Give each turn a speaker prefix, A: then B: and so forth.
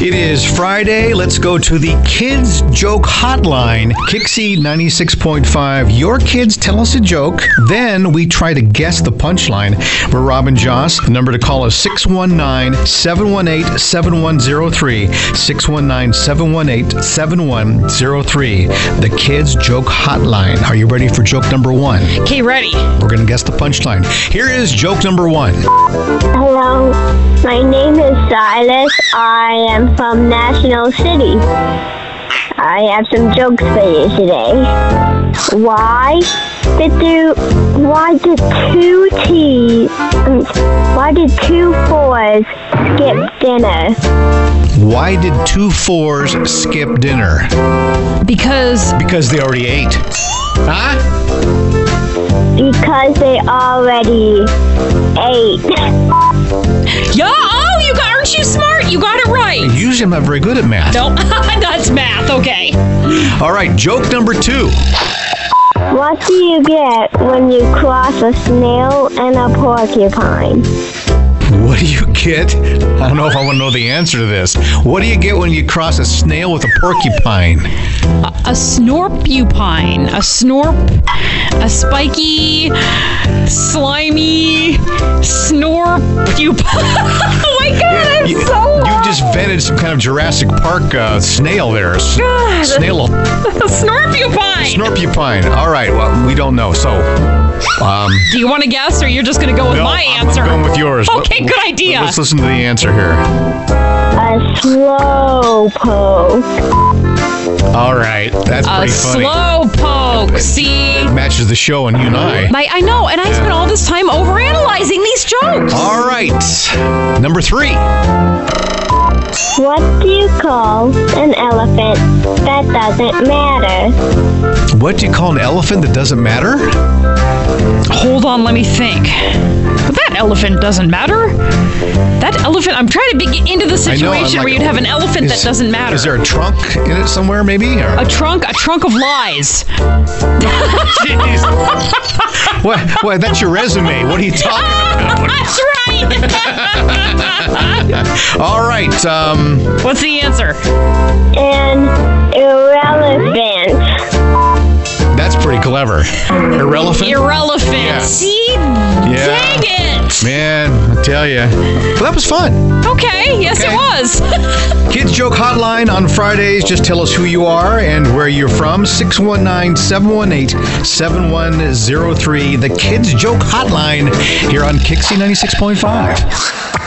A: It is Friday. Let's go to the Kids Joke Hotline. Kixie 96.5. Your kids tell us a joke, then we try to guess the punchline. We're Robin Joss. The number to call is 619 718 7103. 619 718 7103. The Kids Joke Hotline. Are you ready for joke number one?
B: Okay, ready.
A: We're going to guess the punchline. Here is joke number one.
C: Hello, my name is Silas. I am from National City. I have some jokes for you today. Why did two, why did two T's, um, why did two fours skip dinner?
A: Why did two fours skip dinner?
B: Because
A: Because they already ate. Huh?
C: Because they already ate.
B: yeah, oh, you got aren't you smart? You got it right.
A: Usually I'm not very good at math.
B: No, that's math. Okay.
A: All right, joke number two.
C: What do you get when you cross a snail and a porcupine?
A: What do you get? I don't know if I want to know the answer to this. What do you get when you cross a snail with a porcupine?
B: A snorpupine, a snorp, a spiky, slimy snorpupine. oh my god, I'm
A: You,
B: so
A: you
B: lost.
A: just vented some kind of Jurassic Park uh, snail there. S-
B: God.
A: Snail.
B: a snorpupine.
A: Snorpupine. All right, well, we don't know. So, um,
B: Do you want to guess, or you're just gonna go with
A: no,
B: my
A: I'm
B: answer?
A: going with yours.
B: Okay, good idea.
A: Let's listen to the answer here.
C: A slow poke.
A: All right, that's
B: a
A: pretty funny.
B: slowpoke. See.
A: Matches the show and you and I.
B: My, I know, and I spent all this time overanalyzing these jokes.
A: All right, number three.
C: What do you call an elephant that doesn't matter?
A: What do you call an elephant that doesn't matter?
B: Hold on, let me think. But that elephant doesn't matter. That elephant, I'm trying to be into the situation
A: I'm like,
B: where you'd have an elephant
A: is-
B: that doesn't matter.
A: Is there a trunk in it somewhere, maybe? Or,
B: a trunk, a trunk of lies.
A: what, what, that's your resume. What are you talking about?
B: That's right.
A: All right. Um,
B: What's the answer?
C: An irrelevant.
A: that's pretty clever. Irrelevant.
B: Irrelevant.
A: Yeah.
B: See?
A: Yeah.
B: Dang it.
A: Man, I tell you. Well, that was fun.
B: Okay, yes
A: Okay.
B: it was.
A: Kids Joke Hotline on Fridays. Just tell us who you are and where you're from. 619 718 7103. The Kids Joke Hotline here on Kixie 96.5.